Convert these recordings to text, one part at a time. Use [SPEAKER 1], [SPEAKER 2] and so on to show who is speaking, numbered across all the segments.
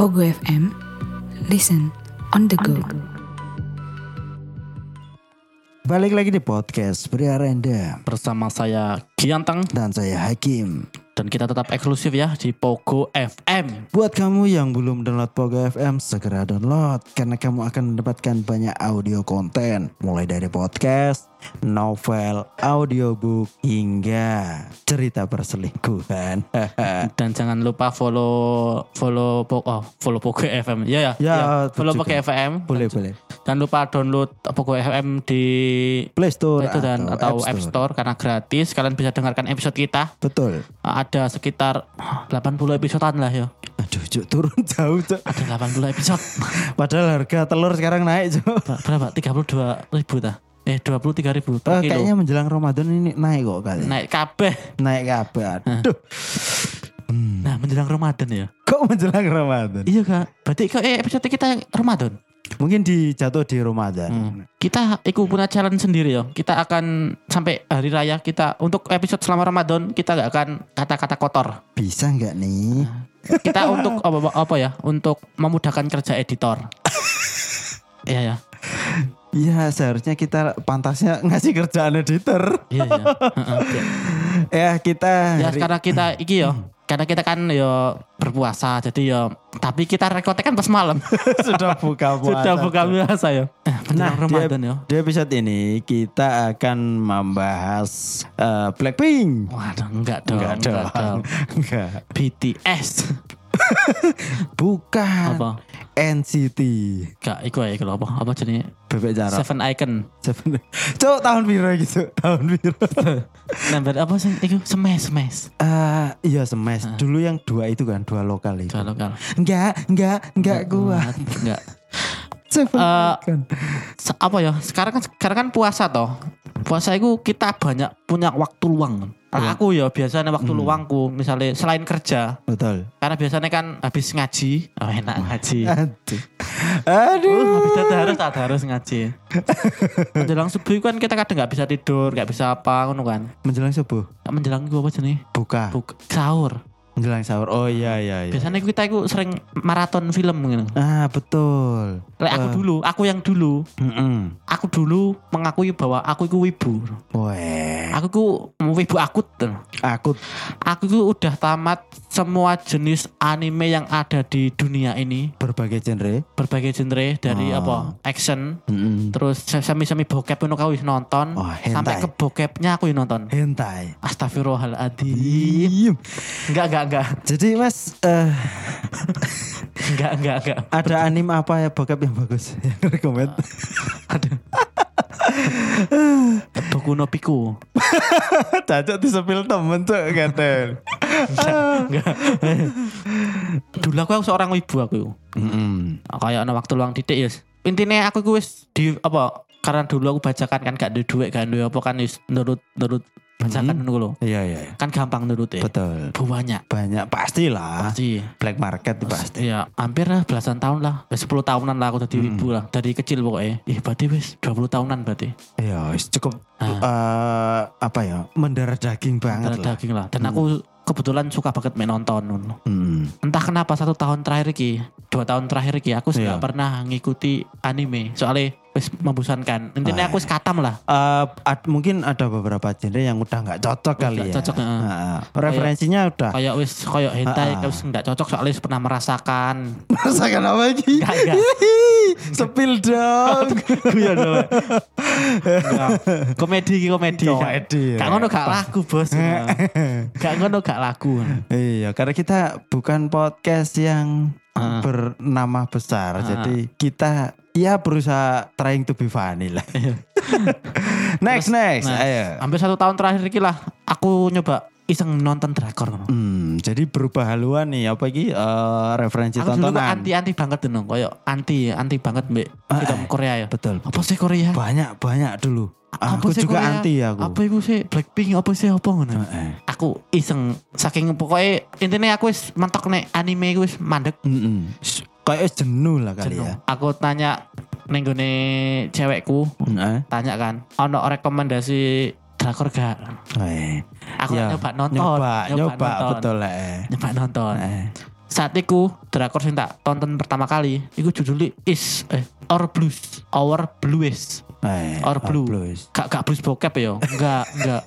[SPEAKER 1] Ogo FM. Listen on the go.
[SPEAKER 2] Balik lagi di podcast Pria Random
[SPEAKER 3] bersama saya Gianteng
[SPEAKER 2] dan saya Hakim.
[SPEAKER 3] dan kita tetap eksklusif ya di Pogo FM.
[SPEAKER 2] Buat kamu yang belum download Pogo FM, segera download karena kamu akan mendapatkan banyak audio konten mulai dari podcast, novel, audiobook hingga cerita perselingkuhan.
[SPEAKER 3] Dan jangan lupa follow follow po- oh, follow Pogo FM. Ya ya.
[SPEAKER 2] Ya, itu
[SPEAKER 3] follow
[SPEAKER 2] juga.
[SPEAKER 3] Pogo FM.
[SPEAKER 2] boleh boleh.
[SPEAKER 3] Jangan lupa download Pogo FM di
[SPEAKER 2] Play Store
[SPEAKER 3] itu dan atau, App, Store karena gratis. Kalian bisa dengarkan episode kita.
[SPEAKER 2] Betul.
[SPEAKER 3] Ada sekitar 80 episodean lah ya.
[SPEAKER 2] Aduh, Cuk, turun jauh, Cuk.
[SPEAKER 3] Ada 80 episode.
[SPEAKER 2] Padahal harga telur sekarang naik, Cuk.
[SPEAKER 3] Ber- Berapa? 32 ribu ta? Eh 23 ribu
[SPEAKER 2] Eh,
[SPEAKER 3] per kilo.
[SPEAKER 2] kayaknya menjelang Ramadan ini naik kok kali.
[SPEAKER 3] Naik kabeh.
[SPEAKER 2] Naik kabeh. Aduh. Hmm.
[SPEAKER 3] Nah menjelang Ramadan ya.
[SPEAKER 2] Kok menjelang Ramadan?
[SPEAKER 3] Iya kak. Berarti kok eh, episode kita yang Ramadan.
[SPEAKER 2] Mungkin dijatuh di Ramadan.
[SPEAKER 3] Hmm. Kita ikut punya challenge sendiri ya. Kita akan sampai hari raya kita untuk episode selama Ramadan kita nggak akan kata-kata kotor.
[SPEAKER 2] Bisa nggak nih?
[SPEAKER 3] Hmm. Kita untuk apa, apa ya? Untuk memudahkan kerja editor. Iya ya.
[SPEAKER 2] Iya seharusnya kita pantasnya ngasih kerjaan editor.
[SPEAKER 3] Iya ya. Heeh.
[SPEAKER 2] ya kita
[SPEAKER 3] ya
[SPEAKER 2] hari-
[SPEAKER 3] karena kita iki ya. Karena kita kan ya berpuasa jadi ya tapi kita rekodnya kan pas malam.
[SPEAKER 2] sudah buka puasa.
[SPEAKER 3] Sudah buka puasa ya. Eh,
[SPEAKER 2] Nah,
[SPEAKER 3] Menjelang
[SPEAKER 2] dia-
[SPEAKER 3] Ramadan ya.
[SPEAKER 2] Di episode ini kita akan membahas eh, Blackpink.
[SPEAKER 3] Waduh, enggak dong.
[SPEAKER 2] Enggak dong.
[SPEAKER 3] dong.
[SPEAKER 2] Enggak.
[SPEAKER 3] BTS.
[SPEAKER 2] Bukan.
[SPEAKER 3] Apa?
[SPEAKER 2] NCT.
[SPEAKER 3] Enggak, iku ya, iku apa? Apa jenis?
[SPEAKER 2] Bebek jarak.
[SPEAKER 3] Seven Icon.
[SPEAKER 2] Seven. Cuk tahun biru gitu. Tahun biru.
[SPEAKER 3] Number apa sih? Iku semes semes.
[SPEAKER 2] Eh, iya semes. Dulu yang dua itu kan dua lokal itu.
[SPEAKER 3] Dua lokal.
[SPEAKER 2] Enggak, enggak, enggak kuat.
[SPEAKER 3] Enggak.
[SPEAKER 2] Seven
[SPEAKER 3] Eh,
[SPEAKER 2] Icon.
[SPEAKER 3] Se- apa ya? Sekarang kan sekarang kan puasa toh. Puasa itu kita banyak punya waktu luang. Nah, aku ya biasanya waktu luangku misalnya selain kerja
[SPEAKER 2] Betul.
[SPEAKER 3] karena biasanya kan habis ngaji oh, enak ngaji
[SPEAKER 2] Aduh.
[SPEAKER 3] Uh,
[SPEAKER 2] Aduh.
[SPEAKER 3] habis tadarus tadarus ngaji menjelang subuh kan kita kadang nggak bisa tidur nggak bisa apa ngono kan
[SPEAKER 2] Menjelang subuh.
[SPEAKER 3] menjelang itu apa jenis
[SPEAKER 2] Buka.
[SPEAKER 3] Buk sahur
[SPEAKER 2] Menjelang sahur. Oh iya iya iya.
[SPEAKER 3] biasanya kita itu sering maraton film gitu
[SPEAKER 2] Ah betul.
[SPEAKER 3] Lek aku
[SPEAKER 2] Eh,
[SPEAKER 3] dulu aku yang dulu
[SPEAKER 2] Mm-mm.
[SPEAKER 3] aku dulu mengakui bahwa aku itu wibu.
[SPEAKER 2] Weh,
[SPEAKER 3] Aku itu wibu akut.
[SPEAKER 2] aku
[SPEAKER 3] Aku itu udah tamat semua jenis anime yang ada di dunia ini,
[SPEAKER 2] berbagai genre.
[SPEAKER 3] berbagai genre dari
[SPEAKER 2] Ah.
[SPEAKER 3] apa? Action,
[SPEAKER 2] Mm-mm.
[SPEAKER 3] terus semi-semi bokep pun aku wis nonton,
[SPEAKER 2] Oh, hentai.
[SPEAKER 3] sampai ke bokepnya aku wis nonton.
[SPEAKER 2] Hentai.
[SPEAKER 3] Astagfirullahaladzim. Enggak, enggak, enggak.
[SPEAKER 2] Jadi mas, eh,
[SPEAKER 3] Enggak, enggak, enggak.
[SPEAKER 2] ada anime apa ya bokep yang bagus yang rekomend?
[SPEAKER 3] Aduh. Boku no Pico.
[SPEAKER 2] Cacok di sepil temen cok kata.
[SPEAKER 3] Enggak. Dulu aku, aku seorang wibu aku. kayak ana waktu luang titik ya. Intinya aku ku wis di apa karena dulu aku bacakan kan gak duwe duit gak duwe apa kan wis nurut nurut bacakan
[SPEAKER 2] Mhm.
[SPEAKER 3] ngono lho.
[SPEAKER 2] Iya iya.
[SPEAKER 3] Kan gampang nurut ya.
[SPEAKER 2] Betul.
[SPEAKER 3] Banyak.
[SPEAKER 2] Banyak pastilah.
[SPEAKER 3] Pasti.
[SPEAKER 2] Black market pasti.
[SPEAKER 3] Iya, hampir lah belasan tahun lah. Wis 10 tahunan lah
[SPEAKER 2] Mhm.
[SPEAKER 3] aku dadi wibu lah. Dari kecil pokoknya. Ih, berarti wis 20 tahunan berarti.
[SPEAKER 2] Iya, wis cukup
[SPEAKER 3] Ah.
[SPEAKER 2] eh, apa ya? Mendarah daging banget lah.
[SPEAKER 3] Antara
[SPEAKER 2] Hmm.
[SPEAKER 3] daging lah. Dan aku kebetulan suka banget main nonton. ngono.
[SPEAKER 2] Mm.
[SPEAKER 3] Entah kenapa satu tahun terakhir iki, dua tahun terakhir iki aku
[SPEAKER 2] Iya.
[SPEAKER 3] nggak pernah ngikuti anime. Soalnya wis membosankan. Intinya
[SPEAKER 2] Ah.
[SPEAKER 3] aku wis katam lah.
[SPEAKER 2] Eh, ad- mungkin ada beberapa genre yang udah nggak cocok kali
[SPEAKER 3] Nggak
[SPEAKER 2] ya.
[SPEAKER 3] cocok, heeh.
[SPEAKER 2] Heeh. referensinya udah.
[SPEAKER 3] kayak wis kayak hentai
[SPEAKER 2] Ah, ah.
[SPEAKER 3] wis nggak cocok soalnya wis pernah merasakan
[SPEAKER 2] Merasakan apa lagi?
[SPEAKER 3] Nggak, nggak.
[SPEAKER 2] Sepil dong.
[SPEAKER 3] guyon loh komedi iki komedi
[SPEAKER 2] Komedi, ya.
[SPEAKER 3] gak ngono gak laku bos gak ngono gak laku
[SPEAKER 2] iya, karena kita bukan podcast yang
[SPEAKER 3] Ah.
[SPEAKER 2] bernama besar.
[SPEAKER 3] Ah.
[SPEAKER 2] Jadi kita ya berusaha trying to be funny lah. next, next.
[SPEAKER 3] nah,
[SPEAKER 2] Ayo.
[SPEAKER 3] hampir satu tahun terakhir iki lah aku nyoba iseng nonton drakor ngono.
[SPEAKER 2] Hmm, jadi berubah haluan nih apa iki eh, referensi
[SPEAKER 3] aku dulu
[SPEAKER 2] tontonan.
[SPEAKER 3] anti anti banget dong kayak anti anti banget mbak
[SPEAKER 2] Ah,
[SPEAKER 3] film Korea ya
[SPEAKER 2] Betul.
[SPEAKER 3] apa sih Korea
[SPEAKER 2] Banyak-banyak dulu.
[SPEAKER 3] Apa
[SPEAKER 2] aku
[SPEAKER 3] sih
[SPEAKER 2] juga
[SPEAKER 3] Korea?
[SPEAKER 2] anti aku. Eh.
[SPEAKER 3] apa itu sih Blackpink apa sih apa ngono
[SPEAKER 2] Heeh.
[SPEAKER 3] aku iseng saking pokoknya intinya aku wis mentok nek anime aku wis mandek
[SPEAKER 2] Mm-mm. Kayak jenuh lah kali
[SPEAKER 3] Jenuh.
[SPEAKER 2] ya.
[SPEAKER 3] Aku tanya ning gone cewekku,
[SPEAKER 2] Heeh.
[SPEAKER 3] tanya kan, ono rekomendasi drakor gak?
[SPEAKER 2] Eh,
[SPEAKER 3] Aku
[SPEAKER 2] Ya,
[SPEAKER 3] nyoba nonton,
[SPEAKER 2] nyoba, nyoba,
[SPEAKER 3] nonton,
[SPEAKER 2] betul eh.
[SPEAKER 3] Nyoba nonton.
[SPEAKER 2] Eh,
[SPEAKER 3] saat itu drakor sing tak tonton pertama kali iku judulnya is eh our blues our blues
[SPEAKER 2] Eh,
[SPEAKER 3] Or blue.
[SPEAKER 2] is.
[SPEAKER 3] gak gak blues bokep ya enggak enggak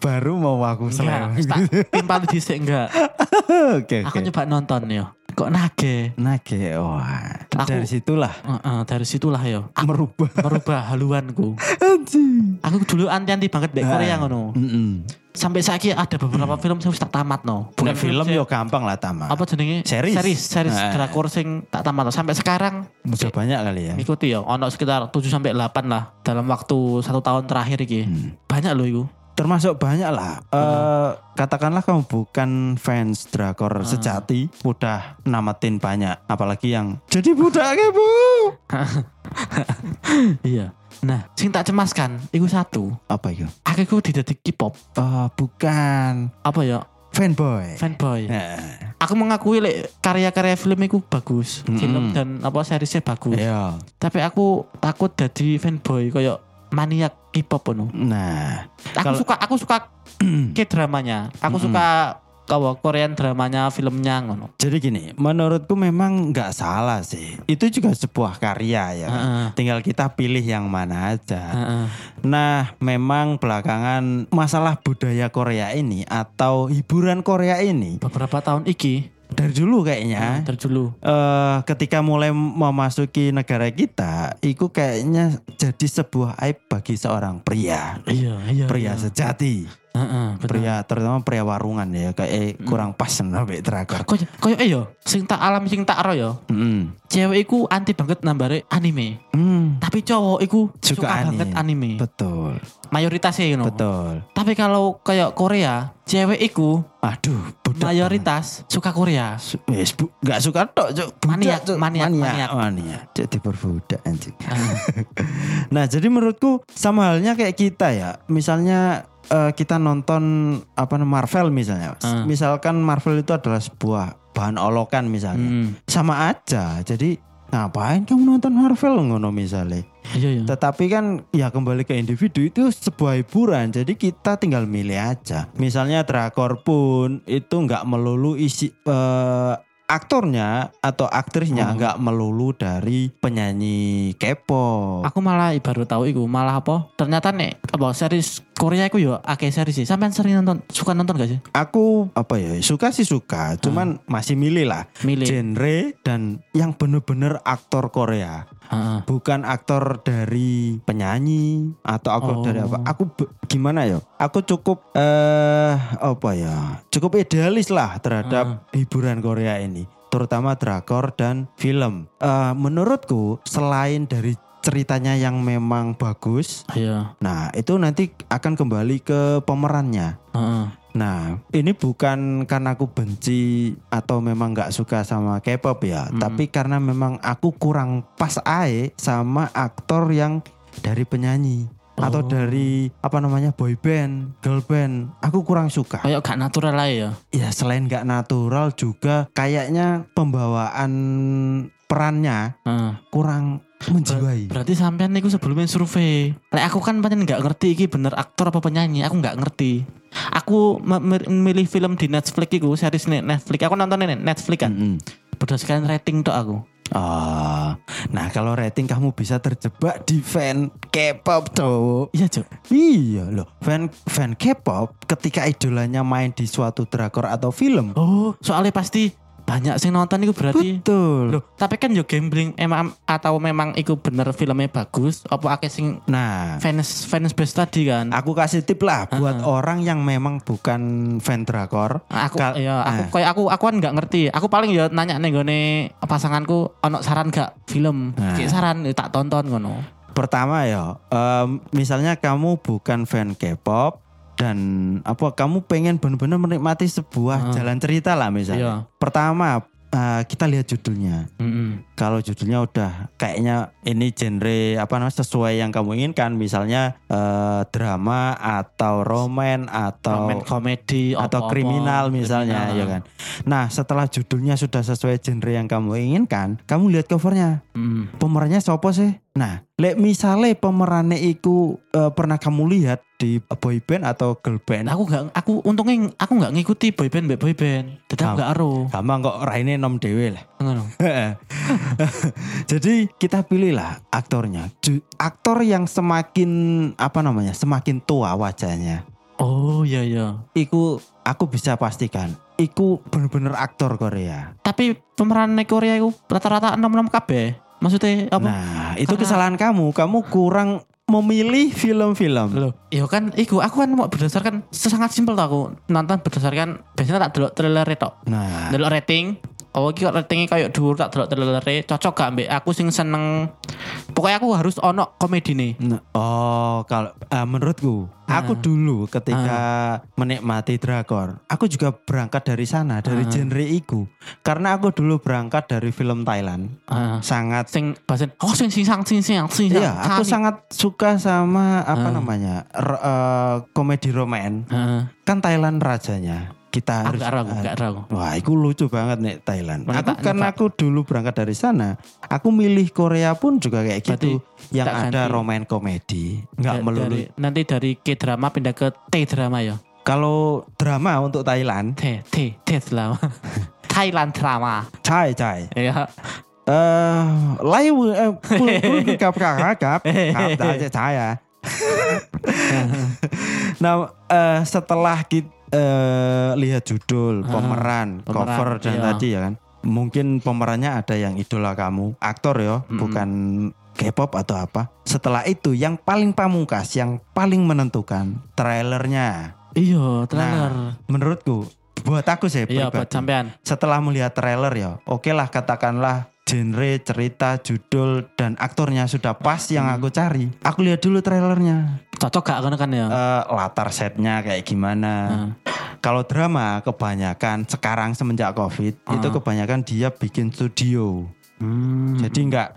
[SPEAKER 2] Baru mau aku
[SPEAKER 3] enggak
[SPEAKER 2] selera.
[SPEAKER 3] wis Iya, tak timpal dhisik enggak
[SPEAKER 2] Oke,
[SPEAKER 3] aku
[SPEAKER 2] oke.
[SPEAKER 3] nyoba nonton yo kok nage
[SPEAKER 2] Nage, wah.
[SPEAKER 3] Aku-
[SPEAKER 2] Dari situlah
[SPEAKER 3] Heeh, dari situlah yo aku
[SPEAKER 2] merubah.
[SPEAKER 3] merubah haluanku
[SPEAKER 2] Anjing.
[SPEAKER 3] aku dulu anti-anti banget mbek Korea ngono
[SPEAKER 2] Mm-mm.
[SPEAKER 3] sampai saiki ada beberapa film sing wis tak tamat no
[SPEAKER 2] Hmm. Bukan film
[SPEAKER 3] sih.
[SPEAKER 2] yo gampang lah tamat.
[SPEAKER 3] apa jenenge
[SPEAKER 2] Series.
[SPEAKER 3] series series
[SPEAKER 2] Nah.
[SPEAKER 3] drakor sing tak tamat no. sampai sekarang
[SPEAKER 2] Udah banyak kali ya.
[SPEAKER 3] ikuti ya ono sekitar 7 sampai 8 lah dalam waktu satu tahun terakhir iki
[SPEAKER 2] Hmm.
[SPEAKER 3] banyak loh itu
[SPEAKER 2] Termasuk banyak lah. Eh katakanlah kamu bukan fans drakor sejati, udah namatin banyak. Apalagi yang jadi budak ya, bu.
[SPEAKER 3] iya nah sing tak cemaskan itu satu
[SPEAKER 2] Apa itu?
[SPEAKER 3] aku itu didadik K-pop
[SPEAKER 2] Oh, bukan
[SPEAKER 3] apa ya
[SPEAKER 2] fanboy.
[SPEAKER 3] fanboy
[SPEAKER 2] Nah,
[SPEAKER 3] aku mengakui lek karya-karya film itu bagus
[SPEAKER 2] Mm-mm.
[SPEAKER 3] film dan apa seriesnya bagus
[SPEAKER 2] iya.
[SPEAKER 3] tapi aku takut jadi fanboy kayak maniak K-pop ono.
[SPEAKER 2] Nah,
[SPEAKER 3] aku
[SPEAKER 2] Kalau-
[SPEAKER 3] suka aku suka ke dramanya aku
[SPEAKER 2] Mm-mm.
[SPEAKER 3] suka kawa Korean dramanya filmnya ngono
[SPEAKER 2] Jadi gini, menurutku memang nggak salah sih. Itu juga sebuah karya ya. kan?
[SPEAKER 3] Heeh.
[SPEAKER 2] Tinggal kita pilih yang mana aja.
[SPEAKER 3] Heeh.
[SPEAKER 2] Nah, memang belakangan masalah budaya Korea ini atau hiburan Korea ini
[SPEAKER 3] beberapa tahun iki
[SPEAKER 2] dari dulu kayaknya
[SPEAKER 3] terjulu
[SPEAKER 2] eh, ketika mulai memasuki negara kita, itu kayaknya jadi sebuah aib bagi seorang pria.
[SPEAKER 3] Iya, iya.
[SPEAKER 2] Pria
[SPEAKER 3] iya.
[SPEAKER 2] sejati,
[SPEAKER 3] Heeh, bener.
[SPEAKER 2] pria terutama pria warungan ya, kayak eh,
[SPEAKER 3] Hmm.
[SPEAKER 2] kurang pas nabe terakhir.
[SPEAKER 3] Koy koyo eh yo, sing tak alam sing tak ro yo.
[SPEAKER 2] Mm.
[SPEAKER 3] Cewek iku anti banget nambare anime,
[SPEAKER 2] Mm.
[SPEAKER 3] tapi cowok iku
[SPEAKER 2] Suka
[SPEAKER 3] suka,
[SPEAKER 2] anime.
[SPEAKER 3] banget anime.
[SPEAKER 2] Betul,
[SPEAKER 3] Mayoritas sih you know.
[SPEAKER 2] betul.
[SPEAKER 3] Tapi kalau kayak Korea, cewek iku
[SPEAKER 2] Aduh, budak.
[SPEAKER 3] mayoritas suka Korea.
[SPEAKER 2] banget. Wes, bu, gak suka tok, Cuk.
[SPEAKER 3] Maniak,
[SPEAKER 2] Cuk.
[SPEAKER 3] maniak,
[SPEAKER 2] maniak,
[SPEAKER 3] maniak.
[SPEAKER 2] maniak. Cuk, diperbudak anjing. nah, jadi menurutku sama halnya kayak kita ya. Misalnya eh, kita nonton apa namanya, Marvel misalnya. Mas.
[SPEAKER 3] Ah.
[SPEAKER 2] Misalkan Marvel itu adalah sebuah bahan olokan misalnya.
[SPEAKER 3] Hmm.
[SPEAKER 2] Sama aja. Jadi ngapain kamu nonton Marvel ngono misalnya.
[SPEAKER 3] Iya, iya.
[SPEAKER 2] Tetapi kan ya kembali ke individu itu sebuah hiburan. Jadi kita tinggal milih aja. Misalnya drakor pun itu nggak melulu isi eh, aktornya atau aktrisnya
[SPEAKER 3] Hmm.
[SPEAKER 2] nggak melulu dari penyanyi K-pop.
[SPEAKER 3] Aku malah baru tahu iku, malah apa? Ternyata nek apa series Korea iku yo akeh series sih. Sampean sering nonton, suka nonton gak sih?
[SPEAKER 2] Aku apa ya suka sih suka, cuman masih milih lah
[SPEAKER 3] Hmm. Milih.
[SPEAKER 2] genre dan yang bener-bener aktor Korea.
[SPEAKER 3] Heeh.
[SPEAKER 2] bukan aktor dari penyanyi atau aktor
[SPEAKER 3] Oh.
[SPEAKER 2] dari apa aku be- gimana ya aku cukup eh apa ya cukup idealis lah terhadap hiburan Korea ini terutama drakor dan film Eh, menurutku selain dari ceritanya yang memang bagus
[SPEAKER 3] Iya.
[SPEAKER 2] nah itu nanti akan kembali ke pemerannya
[SPEAKER 3] Heeh.
[SPEAKER 2] Nah, ini bukan karena aku benci atau memang nggak suka sama K-pop ya,
[SPEAKER 3] Hmm.
[SPEAKER 2] tapi karena memang aku kurang pas ae sama aktor yang dari penyanyi atau
[SPEAKER 3] Oh.
[SPEAKER 2] dari apa namanya boy band, girl band. Aku kurang suka.
[SPEAKER 3] Kayak gak natural lah ya.
[SPEAKER 2] Ya selain nggak natural juga kayaknya pembawaan perannya
[SPEAKER 3] Heeh.
[SPEAKER 2] kurang menjiwai.
[SPEAKER 3] Berarti sampean niku sebelumnya survei. Lek aku kan pancen nggak ngerti iki bener aktor apa penyanyi, aku nggak ngerti. Aku memilih film di Netflix iku, series nih Netflix. Aku nonton nih Netflix kan.
[SPEAKER 2] Mm-mm.
[SPEAKER 3] Berdasarkan rating tok aku.
[SPEAKER 2] Ah, nah kalau rating kamu bisa terjebak di fan K-pop tuh.
[SPEAKER 3] Iya, Cuk.
[SPEAKER 2] Iya loh, fan fan K-pop ketika idolanya main di suatu drakor atau film.
[SPEAKER 3] Oh, soalnya pasti banyak sing nonton iku berarti.
[SPEAKER 2] Betul.
[SPEAKER 3] Loh, tapi kan yo gambling emang atau memang iku bener filmnya bagus apa akeh sing
[SPEAKER 2] Nah,
[SPEAKER 3] fans fans base tadi kan.
[SPEAKER 2] aku kasih tip lah buat orang yang memang bukan fan drakor.
[SPEAKER 3] Aku
[SPEAKER 2] Kal-
[SPEAKER 3] ya aku
[SPEAKER 2] eh.
[SPEAKER 3] koyo aku aku kan nggak ngerti. Aku paling ya nanya nih gone pasanganku ono saran gak film.
[SPEAKER 2] Nah.
[SPEAKER 3] Cek saran ya tak tonton ngono.
[SPEAKER 2] Pertama ya, em, misalnya kamu bukan fan K-pop dan apa kamu pengen benar-benar menikmati sebuah
[SPEAKER 3] Ah.
[SPEAKER 2] jalan cerita lah
[SPEAKER 3] Iya.
[SPEAKER 2] misalnya. Pertama eh, kita lihat judulnya.
[SPEAKER 3] Mm-mm.
[SPEAKER 2] kalau judulnya udah kayaknya ini genre apa namanya sesuai yang kamu inginkan misalnya eh, drama atau romen atau
[SPEAKER 3] Romen komedi
[SPEAKER 2] atau
[SPEAKER 3] apa-apa.
[SPEAKER 2] kriminal misalnya
[SPEAKER 3] Kriminal.
[SPEAKER 2] ya kan. Nah, setelah judulnya sudah sesuai genre yang kamu inginkan, kamu lihat covernya.
[SPEAKER 3] Mm.
[SPEAKER 2] Pemerannya siapa sih? Nah, lek misalnya pemerannya iku eh, pernah kamu lihat di boyband atau girl band.
[SPEAKER 3] Dan aku nggak aku untungnya aku nggak ngikuti boyband mbak boyband. Jadi Kita
[SPEAKER 2] Gampang.
[SPEAKER 3] nggak ero.
[SPEAKER 2] Gampang kok raine nom dewe lah.
[SPEAKER 3] Ngono.
[SPEAKER 2] Jadi kita pilihlah aktornya. Ju- Aktor yang semakin apa namanya? Semakin tua wajahnya.
[SPEAKER 3] Oh iya iya.
[SPEAKER 2] Iku aku bisa pastikan. Iku bener-bener aktor Korea.
[SPEAKER 3] Tapi pemeran Korea itu rata-rata 66 kabeh. Maksudnya apa?
[SPEAKER 2] Nah, itu
[SPEAKER 3] Karena-
[SPEAKER 2] kesalahan kamu. Kamu kurang memilih film-film.
[SPEAKER 3] Loh, iya kan iku aku kan mau berdasarkan sangat simpel tuh aku nonton berdasarkan biasanya tak delok trailer tok.
[SPEAKER 2] Nah,
[SPEAKER 3] Delok rating. Oh iki kok ratingnya kayak dhuwur tak delok trailer e. cocok gak mbek aku sing seneng. Pokoknya aku harus ono komedi nih.
[SPEAKER 2] Nah, oh kalau ah, menurutku aku
[SPEAKER 3] Ah.
[SPEAKER 2] dulu ketika menikmati drakor aku juga berangkat dari sana dari
[SPEAKER 3] Ah.
[SPEAKER 2] genre itu karena aku dulu berangkat dari film Thailand
[SPEAKER 3] Ah,
[SPEAKER 2] sangat
[SPEAKER 3] sing bahasa oh sing sing sang sing sing sing sang,
[SPEAKER 2] Iya, aku
[SPEAKER 3] sang.
[SPEAKER 2] sangat suka sama apa
[SPEAKER 3] Ah.
[SPEAKER 2] namanya r- eh, komedi roman
[SPEAKER 3] Ah,
[SPEAKER 2] kan Thailand rajanya kita harus eh,
[SPEAKER 3] aku gak ero aku gak ero aku.
[SPEAKER 2] Wah, itu lucu banget nih Thailand.
[SPEAKER 3] Mana
[SPEAKER 2] Aku
[SPEAKER 3] tak-
[SPEAKER 2] karena
[SPEAKER 3] tak-
[SPEAKER 2] aku dulu berangkat dari sana, aku milih Korea pun juga kayak gitu, yang
[SPEAKER 3] tak
[SPEAKER 2] ada
[SPEAKER 3] ganti.
[SPEAKER 2] roman komedi, nggak
[SPEAKER 3] Da-
[SPEAKER 2] melulu
[SPEAKER 3] dari, nanti dari K drama pindah ke T drama ya.
[SPEAKER 2] Kalau drama untuk Thailand,
[SPEAKER 3] T T T drama. Thailand drama.
[SPEAKER 2] cai cai.
[SPEAKER 3] Ya.
[SPEAKER 2] Eh, lai wu- eh, pul pul kap kap kap kap aja caya. Nah, eh, setelah kita lihat judul,
[SPEAKER 3] Ah,
[SPEAKER 2] pemeran,
[SPEAKER 3] pemeran,
[SPEAKER 2] cover dan
[SPEAKER 3] iya.
[SPEAKER 2] tadi ya kan, mungkin pemerannya ada yang idola kamu, aktor ya,
[SPEAKER 3] Mm-mm.
[SPEAKER 2] bukan K-pop atau apa. Setelah itu, yang paling pamungkas, yang paling menentukan trailernya. Nah,
[SPEAKER 3] Iya, trailer.
[SPEAKER 2] Menurutku, buat aku sih
[SPEAKER 3] iya,
[SPEAKER 2] pribadi.
[SPEAKER 3] buat sampean.
[SPEAKER 2] setelah melihat trailer ya oke lah katakanlah genre cerita judul dan aktornya sudah pas yang
[SPEAKER 3] Hmm.
[SPEAKER 2] aku cari aku lihat dulu trailernya
[SPEAKER 3] Cocok gak ngono kan ya?
[SPEAKER 2] Eh, latar setnya kayak gimana
[SPEAKER 3] Nah,
[SPEAKER 2] kalau drama kebanyakan sekarang semenjak covid itu
[SPEAKER 3] Ah.
[SPEAKER 2] kebanyakan dia bikin studio
[SPEAKER 3] Hmm.
[SPEAKER 2] jadi nggak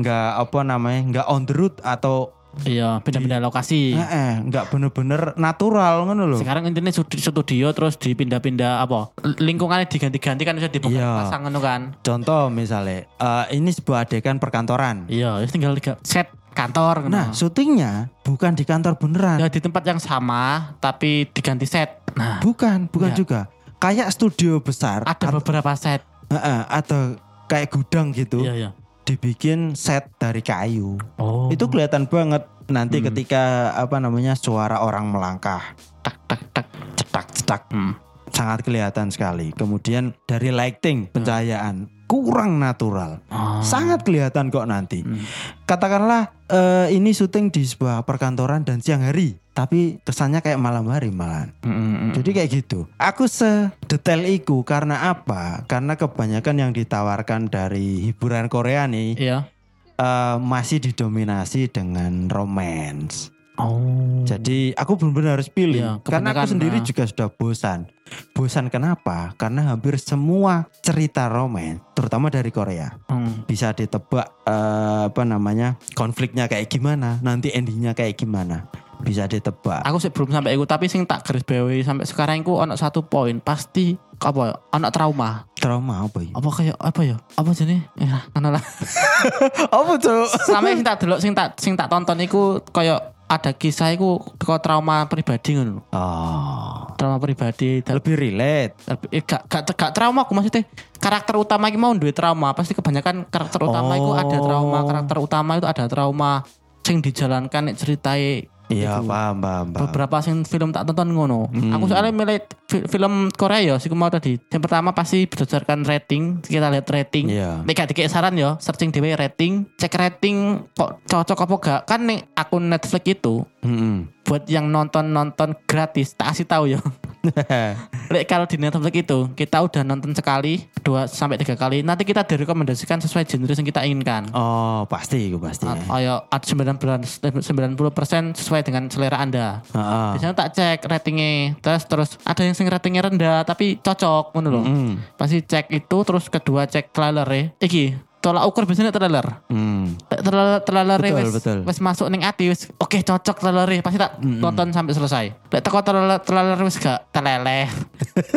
[SPEAKER 2] nggak apa namanya nggak on the road atau
[SPEAKER 3] Iya, pindah-pindah lokasi.
[SPEAKER 2] eh, eh, nggak bener-bener natural ngono loh
[SPEAKER 3] Sekarang intinya stud- studio terus dipindah-pindah apa? Lingkungannya diganti-ganti kan bisa dibuka
[SPEAKER 2] Iya.
[SPEAKER 3] pasang ngono kan.
[SPEAKER 2] contoh misalnya eh, ini sebuah adegan perkantoran
[SPEAKER 3] Iya, wis tinggal tiga set kantor ngono.
[SPEAKER 2] nah syutingnya bukan di kantor beneran
[SPEAKER 3] Ya, di tempat yang sama tapi diganti set. Nah,
[SPEAKER 2] Bukan, bukan juga.
[SPEAKER 3] Enggak.
[SPEAKER 2] Kayak studio besar
[SPEAKER 3] ada
[SPEAKER 2] at-
[SPEAKER 3] beberapa set.
[SPEAKER 2] Heeh, atau kayak gudang gitu,
[SPEAKER 3] Iya, iya.
[SPEAKER 2] dibikin set dari kayu.
[SPEAKER 3] Oh.
[SPEAKER 2] Itu kelihatan banget nanti
[SPEAKER 3] Hmm.
[SPEAKER 2] ketika apa namanya suara orang melangkah,
[SPEAKER 3] tak tak tak.
[SPEAKER 2] cetak-cetak
[SPEAKER 3] Hmm.
[SPEAKER 2] sangat kelihatan sekali. Kemudian dari lighting, pencahayaan kurang natural.
[SPEAKER 3] Hmm. Ah.
[SPEAKER 2] Sangat kelihatan kok nanti.
[SPEAKER 3] Hmm.
[SPEAKER 2] Katakanlah eh, ini syuting di sebuah perkantoran dan siang hari, tapi kesannya kayak malam hari malahan.
[SPEAKER 3] Hmm, hmm, hmm.
[SPEAKER 2] Jadi kayak gitu. Aku sedetail iku karena apa? Karena kebanyakan yang ditawarkan dari hiburan Korea nih
[SPEAKER 3] iya.
[SPEAKER 2] eh, masih didominasi dengan romance.
[SPEAKER 3] Oh.
[SPEAKER 2] Jadi aku benar-benar harus
[SPEAKER 3] Iya,
[SPEAKER 2] pilih. karena
[SPEAKER 3] kebanyakan,
[SPEAKER 2] aku sendiri
[SPEAKER 3] nah.
[SPEAKER 2] juga sudah bosan. Bosan kenapa? Karena hampir semua cerita romance, terutama dari Korea,
[SPEAKER 3] Hmm.
[SPEAKER 2] bisa ditebak eh, apa namanya konfliknya kayak gimana, nanti endingnya kayak gimana, bisa ditebak.
[SPEAKER 3] Aku sih belum sampai iku tapi sing tak garis bawahi sampai sekarang iku ono satu poin pasti apa ya? Ono trauma.
[SPEAKER 2] Trauma apa ya?
[SPEAKER 3] apa kayak apa ya apa jenis ya ngono lah
[SPEAKER 2] Apa tuh?
[SPEAKER 3] selama sing tak delok sing tak sing tak tonton iku kayak ada kisah iku teko trauma pribadi ngono lho.
[SPEAKER 2] Oh.
[SPEAKER 3] trauma pribadi dan
[SPEAKER 2] lebih relate.
[SPEAKER 3] eh, gak, gak, gak trauma aku maksudnya karakter utama iki mau duwe trauma pasti kebanyakan karakter utama iku ada trauma
[SPEAKER 2] Oh.
[SPEAKER 3] karakter utama itu ada trauma sing dijalankan nek ceritai
[SPEAKER 2] Iya,
[SPEAKER 3] Gitu.
[SPEAKER 2] paham, paham, paham.
[SPEAKER 3] beberapa sing film tak tonton ngono.
[SPEAKER 2] Hmm.
[SPEAKER 3] Aku soalnya milih fi- film Korea ya, sih mau tadi. Yang pertama pasti berdasarkan rating, kita lihat rating.
[SPEAKER 2] Iya.
[SPEAKER 3] Nek gak dikek saran yo, searching dhewe rating, cek rating kok cocok apa gak. Kan nih akun Netflix itu
[SPEAKER 2] Mm-mm.
[SPEAKER 3] buat yang nonton-nonton gratis, tak kasih tahu ya. Lek kalau di Netflix itu kita udah nonton sekali, dua sampai tiga kali, nanti kita direkomendasikan sesuai genre yang kita inginkan.
[SPEAKER 2] oh, pasti itu pasti. ya.
[SPEAKER 3] Ayo, 90% sesuai dengan selera Anda.
[SPEAKER 2] Heeh.
[SPEAKER 3] Biasanya tak cek ratingnya, terus terus ada yang sing ratingnya rendah tapi cocok ngono lho.
[SPEAKER 2] Mm-mm.
[SPEAKER 3] Pasti cek itu, terus kedua cek trailer ya. Iki tolak ukur biasanya trailer.
[SPEAKER 2] Mm.
[SPEAKER 3] trailer trailer
[SPEAKER 2] Betul,
[SPEAKER 3] wis
[SPEAKER 2] betul.
[SPEAKER 3] wis masuk ning ati wis oke cocok trailer ya. pasti tak tonton sampai selesai. Lek teko trailer trailer wis gak teleleh.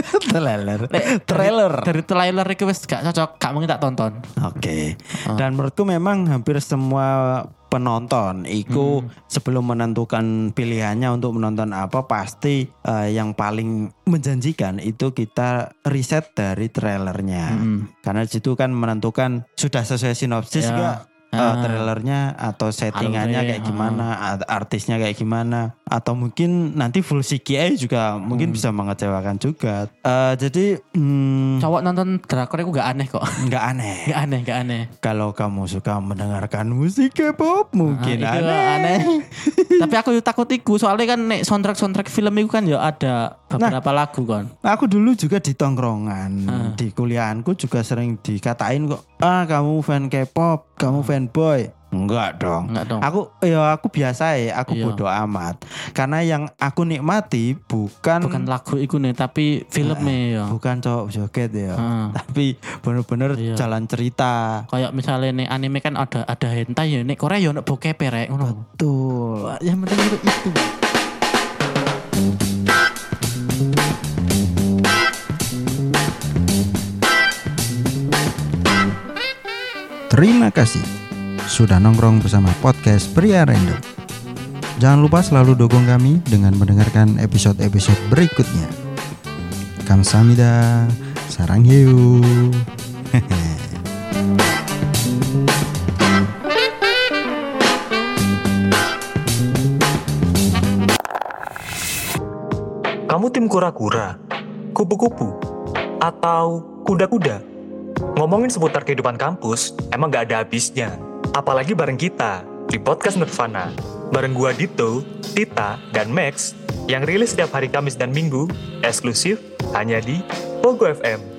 [SPEAKER 2] Trailer.
[SPEAKER 3] Lek dari-
[SPEAKER 2] Trailer.
[SPEAKER 3] Dari, trailer iki wis gak cocok, gak mungkin tak tonton.
[SPEAKER 2] Oke. Dan menurutku memang hampir semua penonton
[SPEAKER 3] Hmm.
[SPEAKER 2] iku sebelum menentukan pilihannya untuk menonton apa pasti eh, yang paling menjanjikan itu kita riset dari trailernya
[SPEAKER 3] Mm-mm.
[SPEAKER 2] karena situ kan menentukan sudah sesuai sinopsis
[SPEAKER 3] Hmm. Ya.
[SPEAKER 2] nggak eh,
[SPEAKER 3] Ah.
[SPEAKER 2] trailernya atau settingannya
[SPEAKER 3] Alurnya,
[SPEAKER 2] kayak gimana a- artisnya kayak gimana atau mungkin nanti full CGI juga mungkin
[SPEAKER 3] Hmm.
[SPEAKER 2] bisa mengecewakan juga Eh, jadi hmm,
[SPEAKER 3] Cowok nonton drakor itu gak aneh kok.
[SPEAKER 2] nggak aneh
[SPEAKER 3] Gak aneh, gak aneh. Ah,
[SPEAKER 2] kalau kamu suka mendengarkan musik K-pop mungkin
[SPEAKER 3] Ah, itu
[SPEAKER 2] aneh.
[SPEAKER 3] aneh. Tapi aku takut iku soalnya kan nek soundtrack-soundtrack film itu kan ya ada
[SPEAKER 2] Nah.
[SPEAKER 3] beberapa lagu kan.
[SPEAKER 2] Aku dulu juga di tongkrongan
[SPEAKER 3] Ah.
[SPEAKER 2] di kuliahanku juga sering dikatain kok, ah kamu fan K-pop, kamu fanboy. Enggak dong.
[SPEAKER 3] Enggak dong.
[SPEAKER 2] Aku ya aku biasa ya, aku
[SPEAKER 3] Oh. Iya.
[SPEAKER 2] bodoh amat. Karena yang aku nikmati bukan
[SPEAKER 3] Bukan lagu iku nih, tapi filmnya ya.
[SPEAKER 2] bukan cowok joget ya,
[SPEAKER 3] Ah.
[SPEAKER 2] tapi bener-bener
[SPEAKER 3] Iya.
[SPEAKER 2] jalan cerita.
[SPEAKER 3] Kayak misalnya nih anime kan ada ada hentai ya, nek Korea ya nek bokep ya, rek,
[SPEAKER 2] Oh,
[SPEAKER 3] ngono.
[SPEAKER 2] Betul.
[SPEAKER 3] Yang penting itu itu.
[SPEAKER 2] Terima kasih sudah nongkrong bersama podcast Pria Random. Jangan lupa selalu dukung kami dengan mendengarkan episode-episode berikutnya. Kamsahamnida, sarang hiu.
[SPEAKER 4] Kamu tim kura-kura, kupu-kupu, atau kuda-kuda? Ngomongin seputar kehidupan kampus, emang gak ada habisnya. Apalagi bareng kita, di Podcast Nirvana. Bareng gua Dito, Tita, dan Max, yang rilis setiap hari Kamis dan Minggu, eksklusif, hanya di Pogo FM.